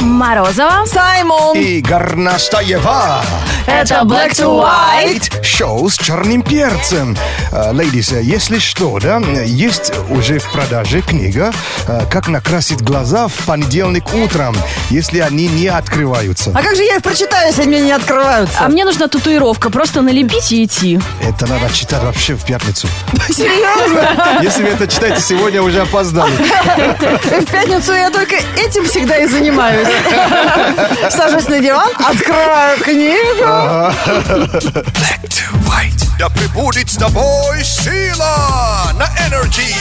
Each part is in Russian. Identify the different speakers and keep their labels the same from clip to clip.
Speaker 1: Морозова.
Speaker 2: Саймон.
Speaker 3: И Горнастаева.
Speaker 1: Это Black to White.
Speaker 3: Шоу с черным перцем. Лейдис, если что, да, есть уже в продаже книга э, «Как накрасить глаза в понедельник утром, если они не открываются».
Speaker 2: А как же я их прочитаю, если мне не открываются?
Speaker 1: А мне нужна татуировка, просто налепить и идти.
Speaker 3: Это надо читать вообще в пятницу.
Speaker 2: Серьезно?
Speaker 3: Если вы это читаете сегодня, уже опоздали.
Speaker 2: В пятницу я только этим всегда и занимаюсь. Сажусь на диван, открываю книгу.
Speaker 4: Black to white. Да прибудет с тобой сила на Energy.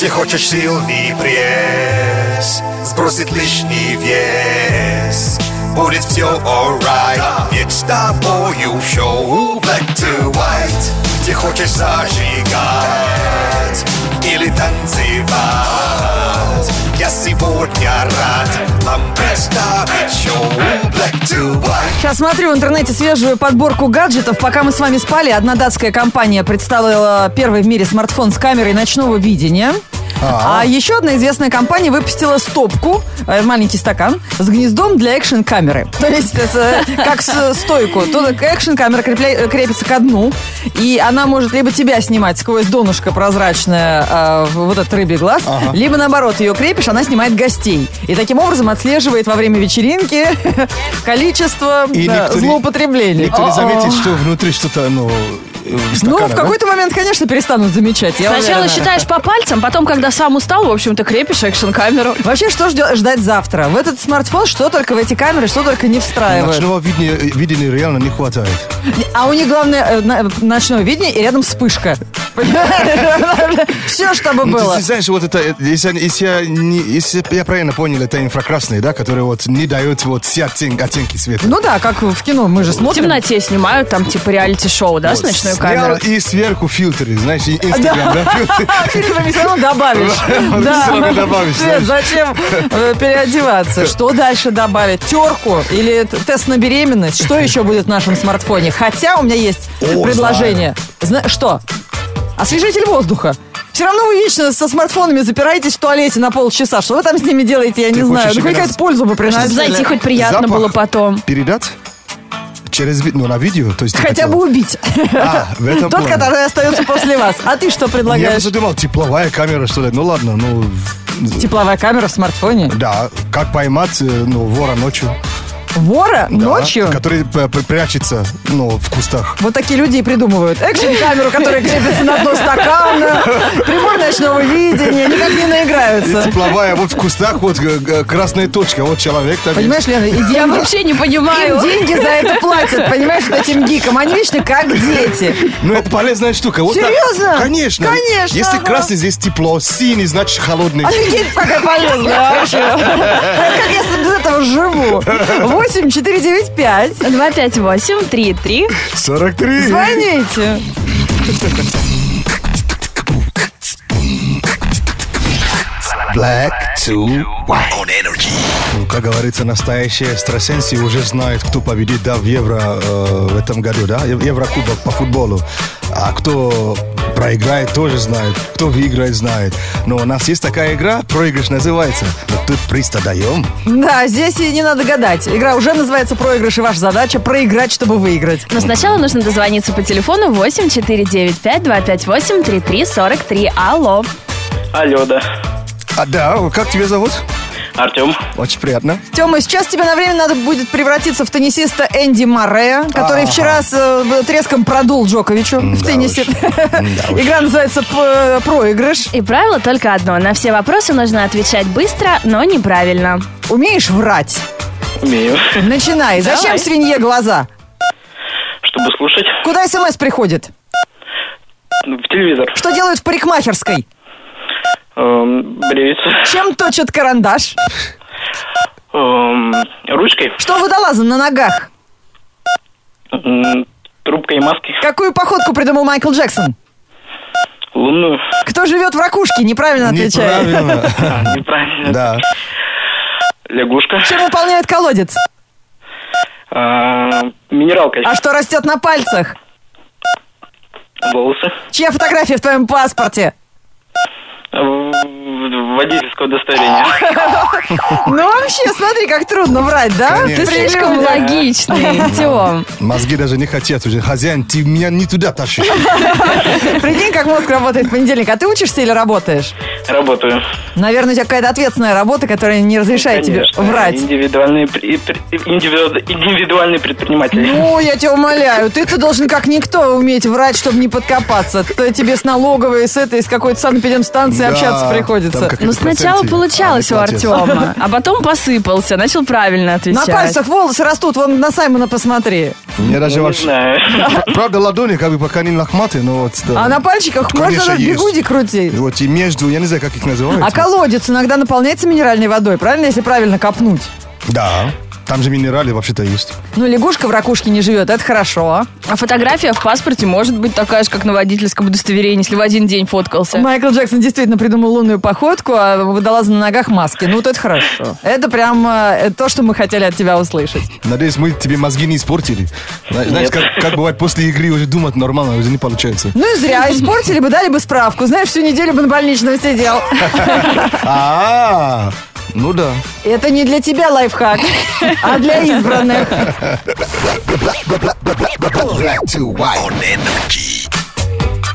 Speaker 4: Ты хочешь сильный пресс, сбросить лишний вес. Будет все alright, ведь с тобою шоу Black to white. Ты хочешь зажигать или танцевать. Я сегодня рад вам представить шоу Black to white.
Speaker 2: Сейчас смотрю в интернете свежую подборку гаджетов. Пока мы с вами спали, одна датская компания представила первый в мире смартфон с камерой ночного видения. А,
Speaker 3: А.
Speaker 2: еще одна известная компания выпустила стопку, э, маленький стакан, с гнездом для экшн-камеры. То есть это как с- э, стойку. Тут экшн-камера крепля- э, крепится ко дну, и она может либо тебя снимать сквозь донышко прозрачное, э, в вот этот рыбий глаз, либо наоборот, ее крепишь, она снимает гостей. И таким образом отслеживает во время вечеринки количество
Speaker 3: И
Speaker 2: да,
Speaker 3: никто не-
Speaker 2: злоупотреблений.
Speaker 3: Никто не
Speaker 2: О-о.
Speaker 3: заметит, что внутри что-то, ну, э, в
Speaker 2: Ну,
Speaker 3: стакане,
Speaker 2: в
Speaker 3: да?
Speaker 2: какой-то момент, конечно, перестанут замечать. я
Speaker 1: Сначала
Speaker 2: уверена.
Speaker 1: считаешь по пальцам, потом, когда сам устал, в общем-то, крепишь экшн-камеру.
Speaker 2: Вообще, что ждё- ждать завтра? В этот смартфон что только в эти камеры, что только не встраивают.
Speaker 3: Ночного видения, видения реально не хватает.
Speaker 2: А у них главное э, на- ночное видение и рядом вспышка. Все, чтобы
Speaker 3: Ну, ты-
Speaker 2: было.
Speaker 3: Ты, знаешь, вот это, э, если, если я, не- если я правильно понял, это инфракрасный, да, который вот не дает вот все оттен- оттенки света.
Speaker 2: Ну да, как в кино, мы же
Speaker 1: В
Speaker 2: смотрим.
Speaker 1: темноте снимают, там, типа, реалити-шоу, да, с ночной
Speaker 3: Снял
Speaker 1: камерой.
Speaker 3: и сверху фильтры, знаешь, и Инстаграм, да, фильтры.
Speaker 2: Фильтрами все равно А, добавишь.
Speaker 3: Всё равно добавишь,
Speaker 2: Свет, зачем э, переодеваться? Что дальше добавить? Терку или т- тест на беременность? Что еще будет в нашем смартфоне? Хотя у меня есть
Speaker 3: О,
Speaker 2: предложение. Зна- Что? Освежитель воздуха. Все равно вы вечно со смартфонами запираетесь в туалете на полчаса. Что вы там с ними делаете, я не знаю.
Speaker 3: хочешь
Speaker 2: Ну,
Speaker 3: именно
Speaker 2: какая-то
Speaker 3: с-
Speaker 2: пользу бы приносили.
Speaker 1: Чтобы зайти хоть приятно
Speaker 3: Запах.
Speaker 1: было потом.
Speaker 3: Передать? Через ви- ну, на видео, то есть. ты
Speaker 2: Хотя
Speaker 3: хотела.
Speaker 2: бы убить.
Speaker 3: А, в этом
Speaker 2: Тот,
Speaker 3: плане.
Speaker 2: который остается после вас. А ты что
Speaker 3: Я
Speaker 2: предлагаешь?
Speaker 3: просто думал, тепловая камера, что ли. Ну ладно, ну. в-
Speaker 2: Тепловая камера в смартфоне.
Speaker 3: Да, как поймать, э, ну, вора ночью.
Speaker 2: Вора
Speaker 3: Да,
Speaker 2: ночью?
Speaker 3: Который п- п- прячется, ну, в кустах.
Speaker 2: Вот такие люди и придумывают. Экшн-камеру, которая крепится на дно стакана, прибор ночного видения, никак не
Speaker 3: И
Speaker 2: наиграются.
Speaker 3: тепловая, вот в кустах, вот г- г- красная точка, вот человек там.
Speaker 2: Понимаешь, Лена, и деньги,
Speaker 1: Я вообще не
Speaker 2: им
Speaker 1: понимаю.
Speaker 2: деньги за это платят, понимаешь, вот этим гикам. Они вечно как дети.
Speaker 3: Ну, это полезная штука. Вот так.
Speaker 2: Серьезно?
Speaker 3: Конечно.
Speaker 2: Конечно,
Speaker 3: Если
Speaker 2: ага.
Speaker 3: красный, здесь тепло. Синий, значит, холодный.
Speaker 2: Офигеть, какая полезная вообще. Как я без этого живу? 8 4 9 5.
Speaker 1: 258 33
Speaker 3: 43.
Speaker 2: Звоните.
Speaker 3: Black.
Speaker 4: to white on energy.
Speaker 3: Ну, Как говорится, настоящие экстрасенсы уже знают, кто победит да, в Евро э, в этом году, да? Ев- Еврокубок по футболу. А кто проиграет, тоже знает. Кто выиграет, знает. Но у нас есть такая игра, проигрыш называется. Но тут приз даем.
Speaker 2: Да, здесь и не надо гадать. Игра уже называется «Проигрыш» и ваша задача – проиграть, чтобы выиграть.
Speaker 1: Но сначала нужно дозвониться по телефону 8495 258 3343. Алло.
Speaker 5: Алло, да.
Speaker 3: А да, как тебя зовут?
Speaker 5: Артем.
Speaker 3: Очень приятно.
Speaker 2: Тема, сейчас тебе на время надо будет превратиться в теннисиста Энди Морре, который
Speaker 3: Ага.
Speaker 2: вчера с э, треском продул Джоковичу в
Speaker 3: Да
Speaker 2: теннисе.
Speaker 3: уж. Да уж.
Speaker 2: Игра называется «П- э, «Проигрыш».
Speaker 1: И правило только одно. На все вопросы нужно отвечать быстро, но неправильно.
Speaker 2: Умеешь врать?
Speaker 5: Умею.
Speaker 2: Начинай. Зачем
Speaker 1: Давай.
Speaker 2: свинье глаза?
Speaker 5: Чтобы слушать.
Speaker 2: Куда СМС приходит?
Speaker 5: В телевизор.
Speaker 2: Что делают в парикмахерской?
Speaker 5: Эм, бреются.
Speaker 2: Чем точат карандаш?
Speaker 5: Эм, ручкой.
Speaker 2: Что водолазы на ногах?
Speaker 5: М, трубкой и маской.
Speaker 2: Какую походку придумал Майкл Джексон?
Speaker 5: Лунную.
Speaker 2: Кто живет в ракушке? Неправильно отвечает.
Speaker 3: Неправильно.
Speaker 5: А, неправильно.
Speaker 3: Да.
Speaker 5: Лягушка.
Speaker 2: Чем выполняет колодец?
Speaker 5: Эм, минералка.
Speaker 2: А что растет на пальцах?
Speaker 5: Волосы.
Speaker 2: Чья фотография в твоем паспорте?
Speaker 5: В- Водительское удостоверение.
Speaker 2: Ну, вообще, смотри, как трудно врать, да?
Speaker 3: Конечно.
Speaker 1: Ты
Speaker 2: Прелюдия.
Speaker 1: слишком логичный, Тём.
Speaker 3: Мозги даже не хотят уже. Хозяин, ты меня не туда тащишь.
Speaker 2: Прикинь, как мозг работает в понедельник. А ты учишься или работаешь?
Speaker 5: Работаю.
Speaker 2: Наверное, у тебя какая-то ответственная работа, которая не разрешает
Speaker 5: Конечно.
Speaker 2: тебе врать.
Speaker 5: Индивидуальные, при- при- индивиду- индивидуальные предприниматели.
Speaker 2: Ну, я тебя умоляю, ты-то должен как никто уметь врать, чтобы не подкопаться. То тебе с налоговой, с этой, с какой-то санэпидемстанции
Speaker 3: Да,
Speaker 2: общаться
Speaker 3: там
Speaker 2: приходится.
Speaker 3: как-
Speaker 1: Ну, сначала
Speaker 3: проценте,
Speaker 1: получалось
Speaker 3: а
Speaker 1: у
Speaker 3: не платят.
Speaker 1: Артема, а потом посыпался, начал правильно
Speaker 2: На
Speaker 1: отвечать.
Speaker 2: пальцах волосы растут, вон на Саймона посмотри.
Speaker 3: Мне даже
Speaker 5: Не
Speaker 3: вообще...
Speaker 5: знаю.
Speaker 3: Правда, ладони как бы пока не лохматые, но вот... да.
Speaker 2: А на пальчиках можно
Speaker 3: Ну, Конечно,
Speaker 2: даже
Speaker 3: есть.
Speaker 2: бигуди крутить.
Speaker 3: И Ну Вот и между, я не знаю, как их называют.
Speaker 2: А колодец иногда наполняется минеральной водой, правильно, если правильно копнуть?
Speaker 3: Да. Там же минералы вообще-то есть.
Speaker 2: Ну, лягушка в ракушке не живет, это хорошо.
Speaker 1: А фотография в паспорте может быть такая же, как на водительском удостоверении, если в один день фоткался.
Speaker 2: Майкл Джексон действительно придумал лунную походку, а водолазы на ногах маски. Ну, вот это хорошо. Это прям э, то, что мы хотели от тебя услышать.
Speaker 3: Надеюсь, мы тебе мозги не испортили. Зна- Знаешь, как, как бывает после игры уже думать нормально, уже не получается.
Speaker 2: Ну и зря, испортили бы, дали бы справку. Знаешь, всю неделю бы на больничном сидел.
Speaker 3: А, ну да.
Speaker 2: Это не для тебя лайфхак, а для избранных.
Speaker 4: Black to white. On energy.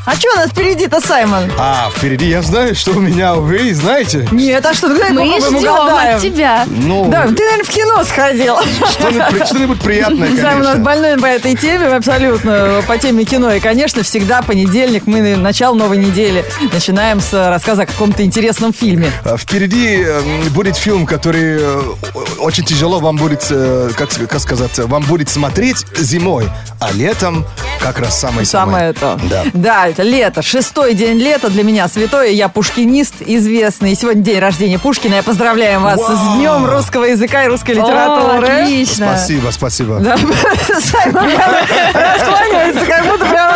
Speaker 2: А что у нас впереди-то, Саймон?
Speaker 3: А, впереди я знаю, что у меня вы знаете.
Speaker 2: Нет, а что, давай
Speaker 1: Мы
Speaker 2: попробуем
Speaker 1: ждем
Speaker 2: угадаем.
Speaker 1: от тебя.
Speaker 3: Ну,
Speaker 2: Да, ты, наверное, в кино сходил.
Speaker 3: что-нибудь, при- что-нибудь приятное,
Speaker 2: Саймон у нас
Speaker 3: конечно.
Speaker 2: больной по этой теме, абсолютно по теме кино. И, конечно, всегда понедельник, мы на- начало новой недели начинаем с э, рассказа о каком-то интересном фильме.
Speaker 3: А, Впереди э, будет фильм, который э, о- очень тяжело вам будет, э, как, с- как сказать, э, вам будет смотреть зимой, а летом как раз самое
Speaker 2: Самое то.
Speaker 3: Да.
Speaker 2: это лето. Шестой день лета для меня святое. Я пушкинист известный. И Сегодня день рождения Пушкина. Я поздравляю вас с
Speaker 3: Вау!
Speaker 2: днем русского языка и русской
Speaker 1: О,
Speaker 2: литературы.
Speaker 1: отлично.
Speaker 3: Спасибо, спасибо.
Speaker 2: Да, Саймон прямо раскланяется, как будто прямо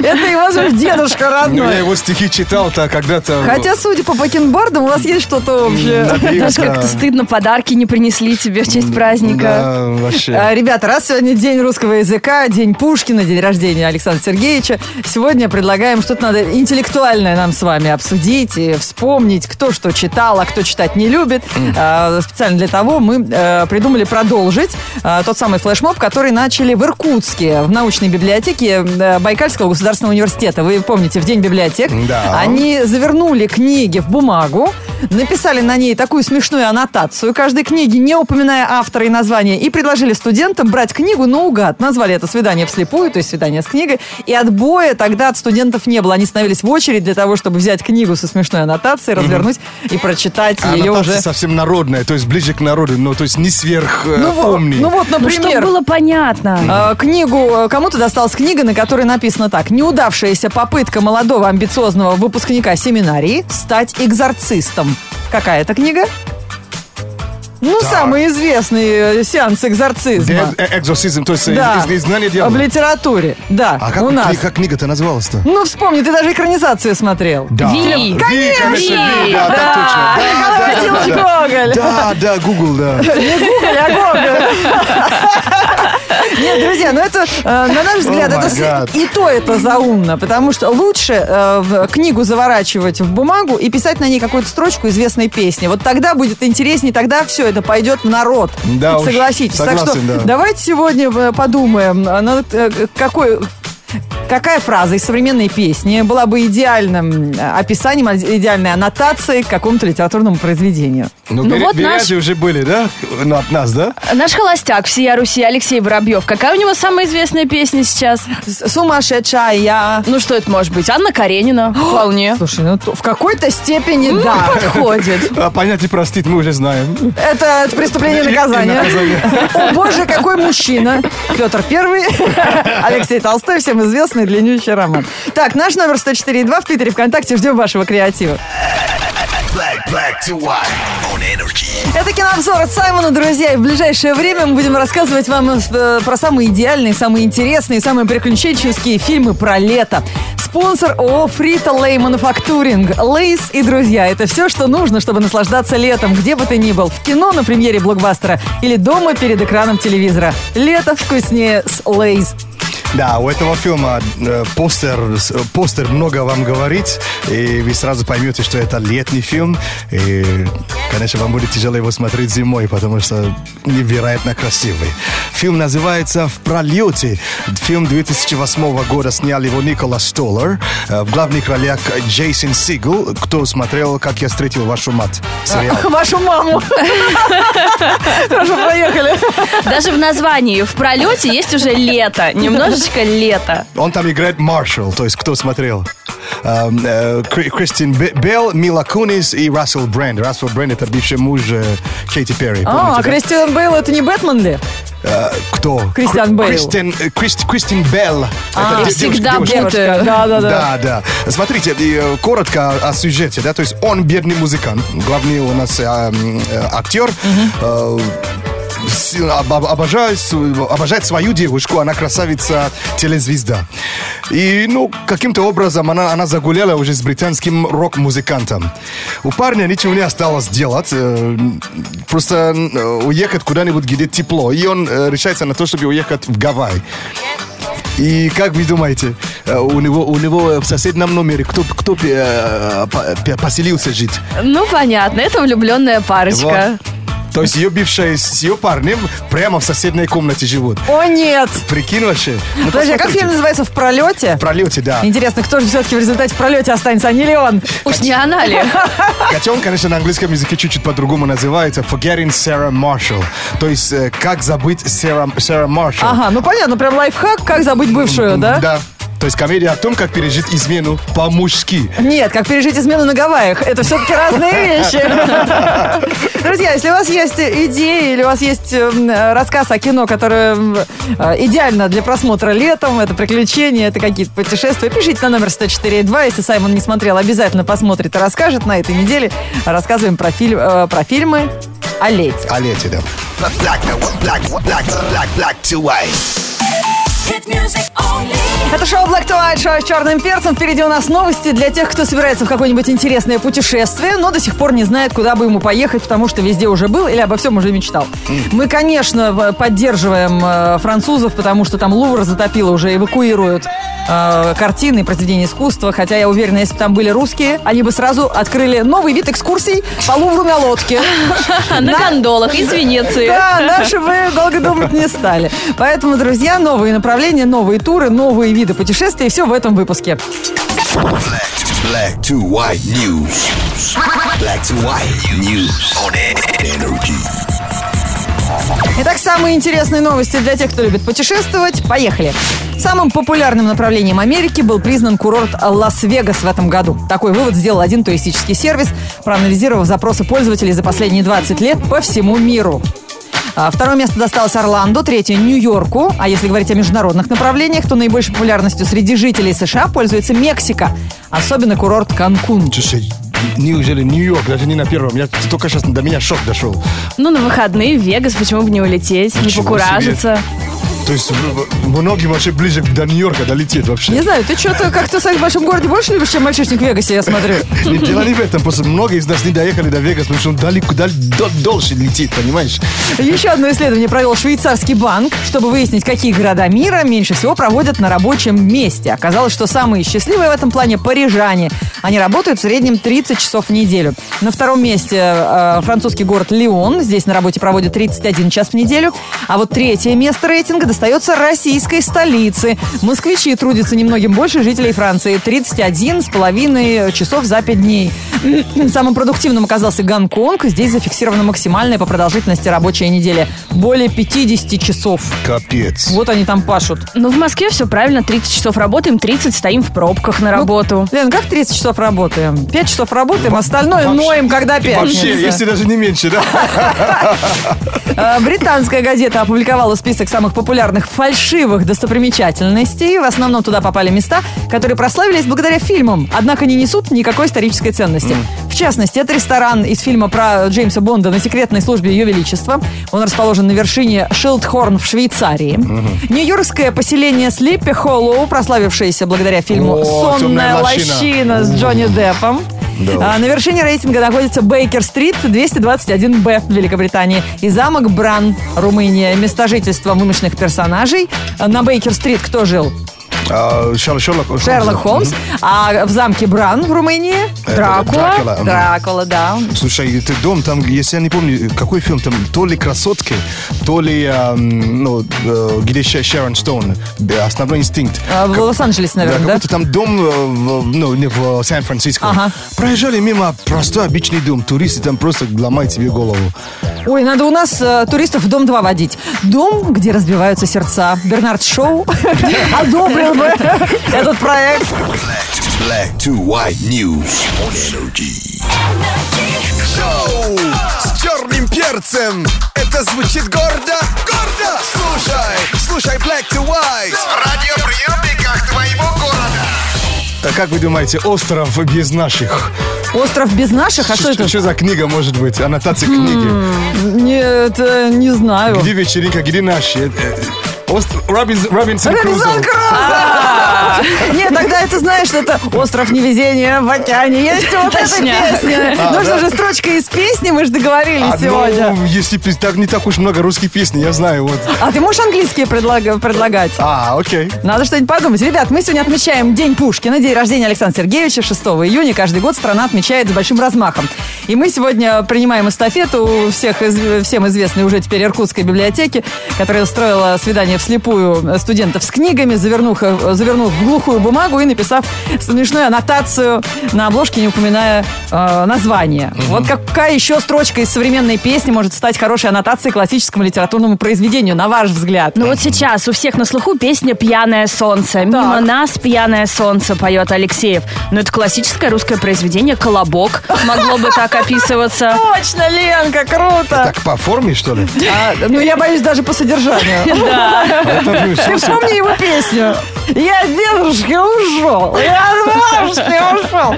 Speaker 2: это его же дедушка
Speaker 3: Ну, я
Speaker 2: родной.
Speaker 3: его стихи читал-то когда-то. э,
Speaker 2: Хотя, судя по бакенбардам, у вас есть что-то общее.
Speaker 1: Даже как-то стыдно, подарки не принесли тебе в честь праздника.
Speaker 3: Да, вообще.
Speaker 2: А, Ребята, раз сегодня день русского языка, день Пушкина, день рождения Александра Сергеевича, сегодня предлагаем что-то надо интеллектуальное нам с вами обсудить и вспомнить, кто что читал, а кто читать не любит. А, Специально для того мы э, придумали продолжить э, тот самый флешмоб, который начали в Иркутске, в научной библиотеке э, Байкальского государственного университета. Вы помните, в День библиотек
Speaker 3: Да.
Speaker 2: они они завернули книги в бумагу, написали на ней такую смешную аннотацию каждой книги, не упоминая автора и названия, и предложили студентам брать книгу наугад. Назвали это «Свидание вслепую», то есть «Свидание с книгой», и отбоя тогда от студентов не было. Они становились в очередь для того, чтобы взять книгу со смешной аннотацией, развернуть и прочитать
Speaker 3: А
Speaker 2: ее
Speaker 3: аннотация
Speaker 2: уже.
Speaker 3: совсем народная, то есть ближе к народу, но то есть не сверх э,
Speaker 2: Ну вот,
Speaker 3: умный.
Speaker 2: ну вот,
Speaker 1: Ну, чтобы
Speaker 2: например,
Speaker 1: было понятно.
Speaker 2: Э, Книгу, э, кому-то досталась книга, на которой написано так. «Неудавшаяся попытка молодого амбициозного выпускника семинарии стать экзорцистом». Какая это книга? Ну,
Speaker 3: Так.
Speaker 2: самый известный э, сеанс экзорцизма.
Speaker 3: Де- э, Экзорцизм, то есть э,
Speaker 2: Да.
Speaker 3: из- изгнание
Speaker 2: В
Speaker 3: дьявола.
Speaker 2: литературе, да,
Speaker 3: А как,
Speaker 2: у нас.
Speaker 3: кни- как книга-то называлась-то?
Speaker 2: Ну, вспомни, ты даже экранизацию смотрел.
Speaker 3: Да.
Speaker 1: Ви.
Speaker 3: Ви, конечно, Ви, да,
Speaker 2: Николай
Speaker 3: так точно. Да,
Speaker 2: Васильевич
Speaker 3: да, да.
Speaker 2: Гоголь.
Speaker 3: Да, да, Google, да.
Speaker 2: Я гогаю. а Нет, друзья, ну это, э, на наш взгляд,
Speaker 3: Oh my
Speaker 2: это с-
Speaker 3: God.
Speaker 2: и то это заумно, потому что лучше э, в книгу заворачивать в бумагу и писать на ней какую-то строчку известной песни. Вот тогда будет интереснее, тогда все это пойдет в народ.
Speaker 3: Да уж,
Speaker 2: Согласитесь. так что
Speaker 3: согласен, да.
Speaker 2: давайте сегодня э, подумаем, а, ну, э, какой Какая фраза из современной песни была бы идеальным э, описанием, идеальной аннотацией к какому-то литературному произведению?
Speaker 3: Ну,
Speaker 1: Ну
Speaker 3: вери-
Speaker 1: вот наш-
Speaker 3: варианты уже были, да? Ну, от нас, да?
Speaker 1: Наш холостяк всея Руси Алексей Воробьев. Какая у него самая известная песня сейчас?
Speaker 2: С- Сумасшедшая.
Speaker 1: Ну что это может быть? Анна Каренина. Вполне.
Speaker 2: Слушай, ну то- в какой-то степени
Speaker 1: Ну,
Speaker 2: да.
Speaker 1: подходит.
Speaker 3: А понять и простить мы уже знаем.
Speaker 2: Это, это преступление и
Speaker 3: И- и
Speaker 2: наказание.
Speaker 3: наказание.
Speaker 2: О боже, какой мужчина. Петр Первый, Алексей Толстой, всем известный длиннющий роман. Так, наш номер 104.2 в Твиттере ВКонтакте. Ждем вашего креатива.
Speaker 4: Black, black to white. On energy.
Speaker 2: Это кинообзор от Саймона, друзья. И в ближайшее время мы будем рассказывать вам э, про самые идеальные, самые интересные, самые приключенческие фильмы про лето. Спонсор ООО «Фрита Лей Мануфактуринг». Лейс и друзья – это все, что нужно, чтобы наслаждаться летом, где бы ты ни был. В кино, на премьере блокбастера или дома перед экраном телевизора. Лето вкуснее с Лейс.
Speaker 3: Да, у этого фильма э, постер, с- э, постер много вам говорит, и вы сразу поймете, что это летний фильм. И, конечно, вам будет тяжело его смотреть зимой, потому что невероятно красивый. Фильм называется «В пролете». Фильм 2008 года снял его Николас Столлер. Э, В главных ролях Джейсон Сигл, кто смотрел «Как я встретил вашу мать» сериал.
Speaker 2: Вашу маму. Хорошо, проехали.
Speaker 1: Даже в названии в пролете есть уже лето. Немножечко лето.
Speaker 3: Он там играет Маршал, то есть кто смотрел? Эм, э, Кри- Кристин Бе- Белл, Мила Кунис и Рассел Брэнд. Рассел Брэнд это бывший муж э, Кейти Перри.
Speaker 2: А,
Speaker 3: помните,
Speaker 2: а
Speaker 3: да?
Speaker 2: Кристиан Бейл это не Бэтмен ли?
Speaker 3: Э, Кто?
Speaker 2: Кристиан
Speaker 3: Кри-
Speaker 2: Бейл. А,
Speaker 3: Кристин, э, Крис- Кристин Белл.
Speaker 1: я
Speaker 3: де-
Speaker 1: всегда
Speaker 3: девушка-
Speaker 1: буду.
Speaker 2: Девушка. Да, да, да.
Speaker 3: Да, да. Смотрите, и, э, коротко о сюжете, да, то есть он бедный музыкант, главный у нас э, м, э, актер, Э, с- об- об- обожает, свою- обожает свою девушку, она красавица телезвезда. И, ну, каким-то образом она, она загуляла уже с британским рок-музыкантом. У парня ничего не осталось делать, э, просто э, уехать куда-нибудь, где тепло. И он э, решается на то, чтобы уехать в Гавайи. И как вы думаете, э, у него, у него в соседнем номере кто, кто э, по- пе- поселился жить?
Speaker 1: Ну, понятно, это влюбленная парочка.
Speaker 3: Вот. То есть ее бывшая с ее парнем прямо в соседней комнате живут.
Speaker 2: О, нет.
Speaker 3: Прикинь вообще. Ну,
Speaker 2: Подожди, а как
Speaker 3: посмотрите.
Speaker 2: фильм называется «В пролете»?
Speaker 3: В пролете, да.
Speaker 2: Интересно, кто же все-таки в результате в пролете останется, а не ли он?
Speaker 1: Уж не она ли?
Speaker 3: Хотя он, конечно, на английском языке чуть-чуть по-другому называется Forgetting Sarah Marshall. То есть, э, как забыть Сера Маршалл.
Speaker 2: Ага, ну понятно, прям лайфхак, как забыть бывшую, да?
Speaker 3: Да. То есть комедия о том, как пережить измену по-мужски.
Speaker 2: Нет, как пережить измену на Гавайях. Это все-таки разные вещи. Друзья, если у вас есть идеи или у вас есть эм, э, рассказ о кино, которое м, э, идеально для просмотра летом, это приключения, это какие-то путешествия, пишите на номер 104.2. Если Саймон не смотрел, обязательно посмотрит и расскажет на этой неделе. Рассказываем про, фильм, э, про фильмы о лете.
Speaker 3: О лете, да.
Speaker 4: Black, black, black, black, black to white.
Speaker 6: Hit music only.
Speaker 2: Это шоу Black to White, шоу с черным перцем. Впереди у нас новости для тех, кто собирается в какое-нибудь интересное путешествие, но до сих пор не знает, куда бы ему поехать, потому что везде уже был или обо всем уже мечтал. Мы, конечно, в- поддерживаем э, французов, потому что там Лувр затопило, уже эвакуируют э, картины, произведения искусства. Хотя я уверена, если бы там были русские, они бы сразу открыли новый вид экскурсий по Лувру на лодке.
Speaker 1: На гондолах из Венеции.
Speaker 2: Да, наши бы долго думать не стали. Поэтому, друзья, новые направления, новые туры, новые виды путешествий. Все в этом выпуске.
Speaker 4: Black to, black to white news. Black to white news on energy.
Speaker 2: Итак, самые интересные новости для тех, кто любит путешествовать. Поехали. Самым популярным направлением Америки был признан курорт Лас-Вегас в этом году. Такой вывод сделал один туристический сервис, проанализировав запросы пользователей за последние 20 лет по всему миру. А, Второе место досталось Орландо, третье – Нью-Йорку. А если говорить о международных направлениях, то наибольшей популярностью среди жителей США пользуется Мексика, особенно курорт Канкун.
Speaker 3: Слушай, неужели Нью-Йорк даже не на первом? Я только сейчас до меня шок дошел.
Speaker 1: Ну, на выходные в Вегас, почему бы не улететь, не
Speaker 3: Ничего
Speaker 1: покуражиться.
Speaker 3: То есть в- в- многим вообще ближе до Нью-Йорка долететь
Speaker 2: Не
Speaker 3: вообще.
Speaker 2: знаю, ты что-то как-то в своем большом городе больше любишь, чем мальчишник в Вегасе, я смотрю.
Speaker 3: Не дело не в этом, просто многие из нас не доехали до Вегаса, потому что он далеко, дал- до- дольше летит, понимаешь?
Speaker 2: Еще одно исследование провел швейцарский банк, чтобы выяснить, какие города мира меньше всего проводят на рабочем месте. Оказалось, что самые счастливые в этом плане парижане. Они работают в среднем 30 часов в неделю. На втором месте э, французский город Лион. Здесь на работе проводят 31 час в неделю. А вот третье место рейтинга достается российской столице. Москвичи трудятся немногим больше жителей Франции. 31 с половиной часов за 5 дней. Самым продуктивным оказался Гонконг. Здесь зафиксирована максимальная по продолжительности рабочая неделя. Более 50 часов.
Speaker 3: Капец.
Speaker 2: Вот они там пашут.
Speaker 1: Ну, в Москве все правильно, 30 часов работаем, 30 стоим в пробках
Speaker 2: Ну,
Speaker 1: на работу.
Speaker 2: Лен, как 30 часов работаем? 5 часов работаем, остальное
Speaker 3: вообще-
Speaker 2: ноем, когда
Speaker 3: И
Speaker 2: пятница.
Speaker 3: Вообще, если даже не меньше, да?
Speaker 2: Э, Британская газета опубликовала список самых популярных фальшивых достопримечательностей. В основном туда попали места, которые прославились благодаря фильмам, однако не несут никакой исторической ценности. В частности, это ресторан из фильма про Джеймса Бонда на секретной службе Ее Величества. Он расположен на вершине Шилдхорн в Швейцарии. Нью-Йоркское поселение Слиппи Холлоу, прославившееся благодаря фильму
Speaker 3: О,
Speaker 2: «Сонная
Speaker 3: «Темная лощина».
Speaker 2: лощина» с Джонни Деппом.
Speaker 3: Да.
Speaker 2: А, На вершине рейтинга находится Бейкер-стрит 221Б в Великобритании и замок Бран, Румыния. Место жительства вымышленных персонажей. А На Бейкер-стрит кто жил?
Speaker 3: А, Шер- Шерлок, Холмс.
Speaker 2: Шерлок Холмс. А в замке Бран в Румынии?
Speaker 3: Это Дракула,
Speaker 2: Дракула.
Speaker 3: мгм.
Speaker 2: Дракула, да.
Speaker 3: Слушай, ты дом, там, если я не помню, какой фильм, там то ли «Красотки», то ли, а, м, ну, э, где Ше- Шерон Стоун, э, «Основной инстинкт».
Speaker 2: А, В Лос-Анджелесе,
Speaker 3: Да,
Speaker 2: наверное, да?
Speaker 3: какой-то там дом э, в, ну, не, в Сан-Франциско.
Speaker 2: Ага.
Speaker 3: Проезжали мимо простой обычный дом. Туристы там просто ломают себе голову.
Speaker 2: Ой, надо у нас э, туристов в дом 2 водить. Дом, где разбиваются сердца. Бернард Шоу одобрил бы этот проект.
Speaker 4: Black to white news on energy. Шоу с черным перцем. Это звучит гордо, гордо. Слушай, слушай Black to white. В радиоприемниках твоего города.
Speaker 3: А как вы думаете, остров без наших?
Speaker 2: Остров без наших? А что это?
Speaker 3: за книга может быть? Аннотация книги.
Speaker 2: Нет, э, не знаю.
Speaker 3: Где вечеринка, где наши? Э, э, Остров Робинс- Робинсон Крузо.
Speaker 2: Робинзон Крузо! Нет, тогда это, знаешь, это «Остров невезения в океане». Есть вот эта
Speaker 1: Точняк.
Speaker 2: песня. Нужно же строчка из песни, мы же
Speaker 3: А,
Speaker 2: договорились
Speaker 3: ну,
Speaker 2: сегодня.
Speaker 3: если пи- так не так уж много русских песен, я знаю. Вот.
Speaker 2: А ты можешь английские предлага- предлагать?
Speaker 3: А, окей.
Speaker 2: Надо что-нибудь подумать. Ребят, мы сегодня отмечаем День Пушкина, день рождения Александра Сергеевича, 6 июня. Каждый год страна отмечает с большим размахом. И мы сегодня принимаем эстафету у всех, из- всем известной уже теперь Иркутской библиотеки, которая устроила свидание вслепую студентов с книгами, завернув, их- завернув в глухую бумагу и написав смешную аннотацию на обложке, не упоминая э, название. Вот какая еще строчка из современной песни может стать хорошей аннотацией к классическому литературному произведению, на ваш взгляд?
Speaker 1: Ну вот сейчас у всех на слуху песня «Пьяное солнце». Мимо нас «Пьяное солнце» поет Алексеев. Но это классическое русское произведение «Колобок». Могло бы так описываться.
Speaker 2: Точно, Ленка, круто!
Speaker 3: Так по форме, что ли?
Speaker 2: А, ну, я боюсь даже по содержанию.
Speaker 3: А
Speaker 2: Ты вспомни его песню. Я от девушки ушел. Я от девушки ушел.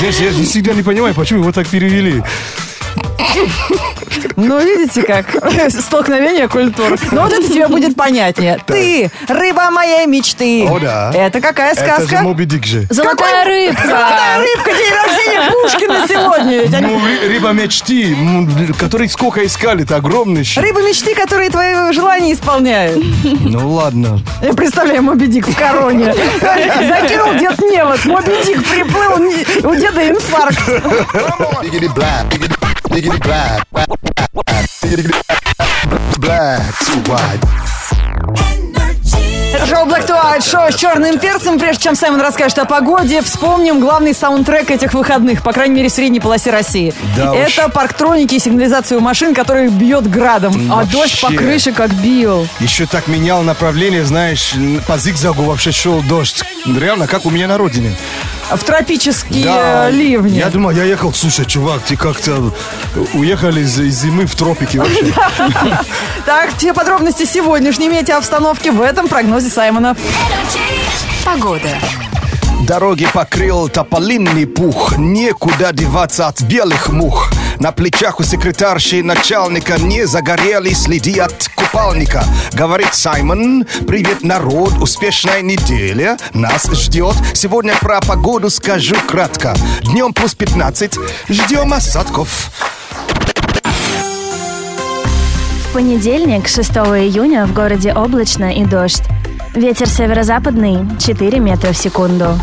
Speaker 3: Здесь я всегда не понимаю, почему его так перевели.
Speaker 2: Ну, видите как? Столкновение культур. Ну, вот это тебе будет понятнее. Ты, рыба моей мечты.
Speaker 3: О, да.
Speaker 2: Это какая
Speaker 3: Это же
Speaker 2: сказка?
Speaker 3: Моби Дик же.
Speaker 1: «Золотая рыбка».
Speaker 2: Золотая рыбка, день рождения Пушкина сегодня. ведь. Они-
Speaker 3: Ну, ры- рыба мечты, м, который сколько искали, это огромный щ-
Speaker 2: Рыба мечты, которые твои желания исполняют.
Speaker 3: Ну ладно.
Speaker 2: Я представляю, Моби Дик в короне. Закинул дед невод. Моби Дик приплыл, не- у деда инфаркт.
Speaker 4: Diggity black, diggity black, diggity black to white.
Speaker 6: Energy.
Speaker 2: Это Шоу Black to White, шоу с черным перцем. Прежде чем Саймон расскажет о погоде, вспомним главный саундтрек этих выходных, по крайней мере, в средней полосе России.
Speaker 3: Да уж.
Speaker 2: Это парктроники и сигнализацию машин, которые бьет градом.
Speaker 1: А дождь по
Speaker 3: Вообще.
Speaker 1: крыше как бил.
Speaker 3: Еще так менял направление, знаешь, н- по зигзагу вообще шел дождь. Реально, как у меня на родине.
Speaker 2: В тропические э, ливни.
Speaker 3: Я думал, я ехал, слушай, чувак, ты как-то уехали из, из зимы в тропики вообще.
Speaker 2: Так, все подробности сегодняшней метеообстановки в этом прогнозе Саймона.
Speaker 6: Погода.
Speaker 4: Дороги покрыл тополинный пух, некуда деваться от белых мух. На плечах у секретарши начальника не загорели следы от купальника. Говорит Саймон, привет, народ, успешная неделя нас ждет. Сегодня про погоду скажу кратко. Днем плюс 15, ждем осадков.
Speaker 1: В понедельник, 6 июня, в городе облачно и дождь. Ветер северо-западный 4 метра в секунду.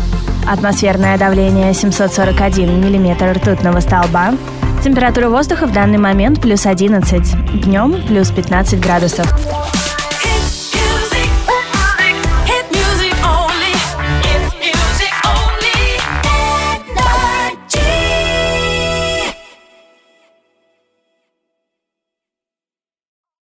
Speaker 1: Атмосферное давление 741 миллиметр ртутного столба. Температура воздуха в данный момент плюс 11, днем плюс 15 градусов.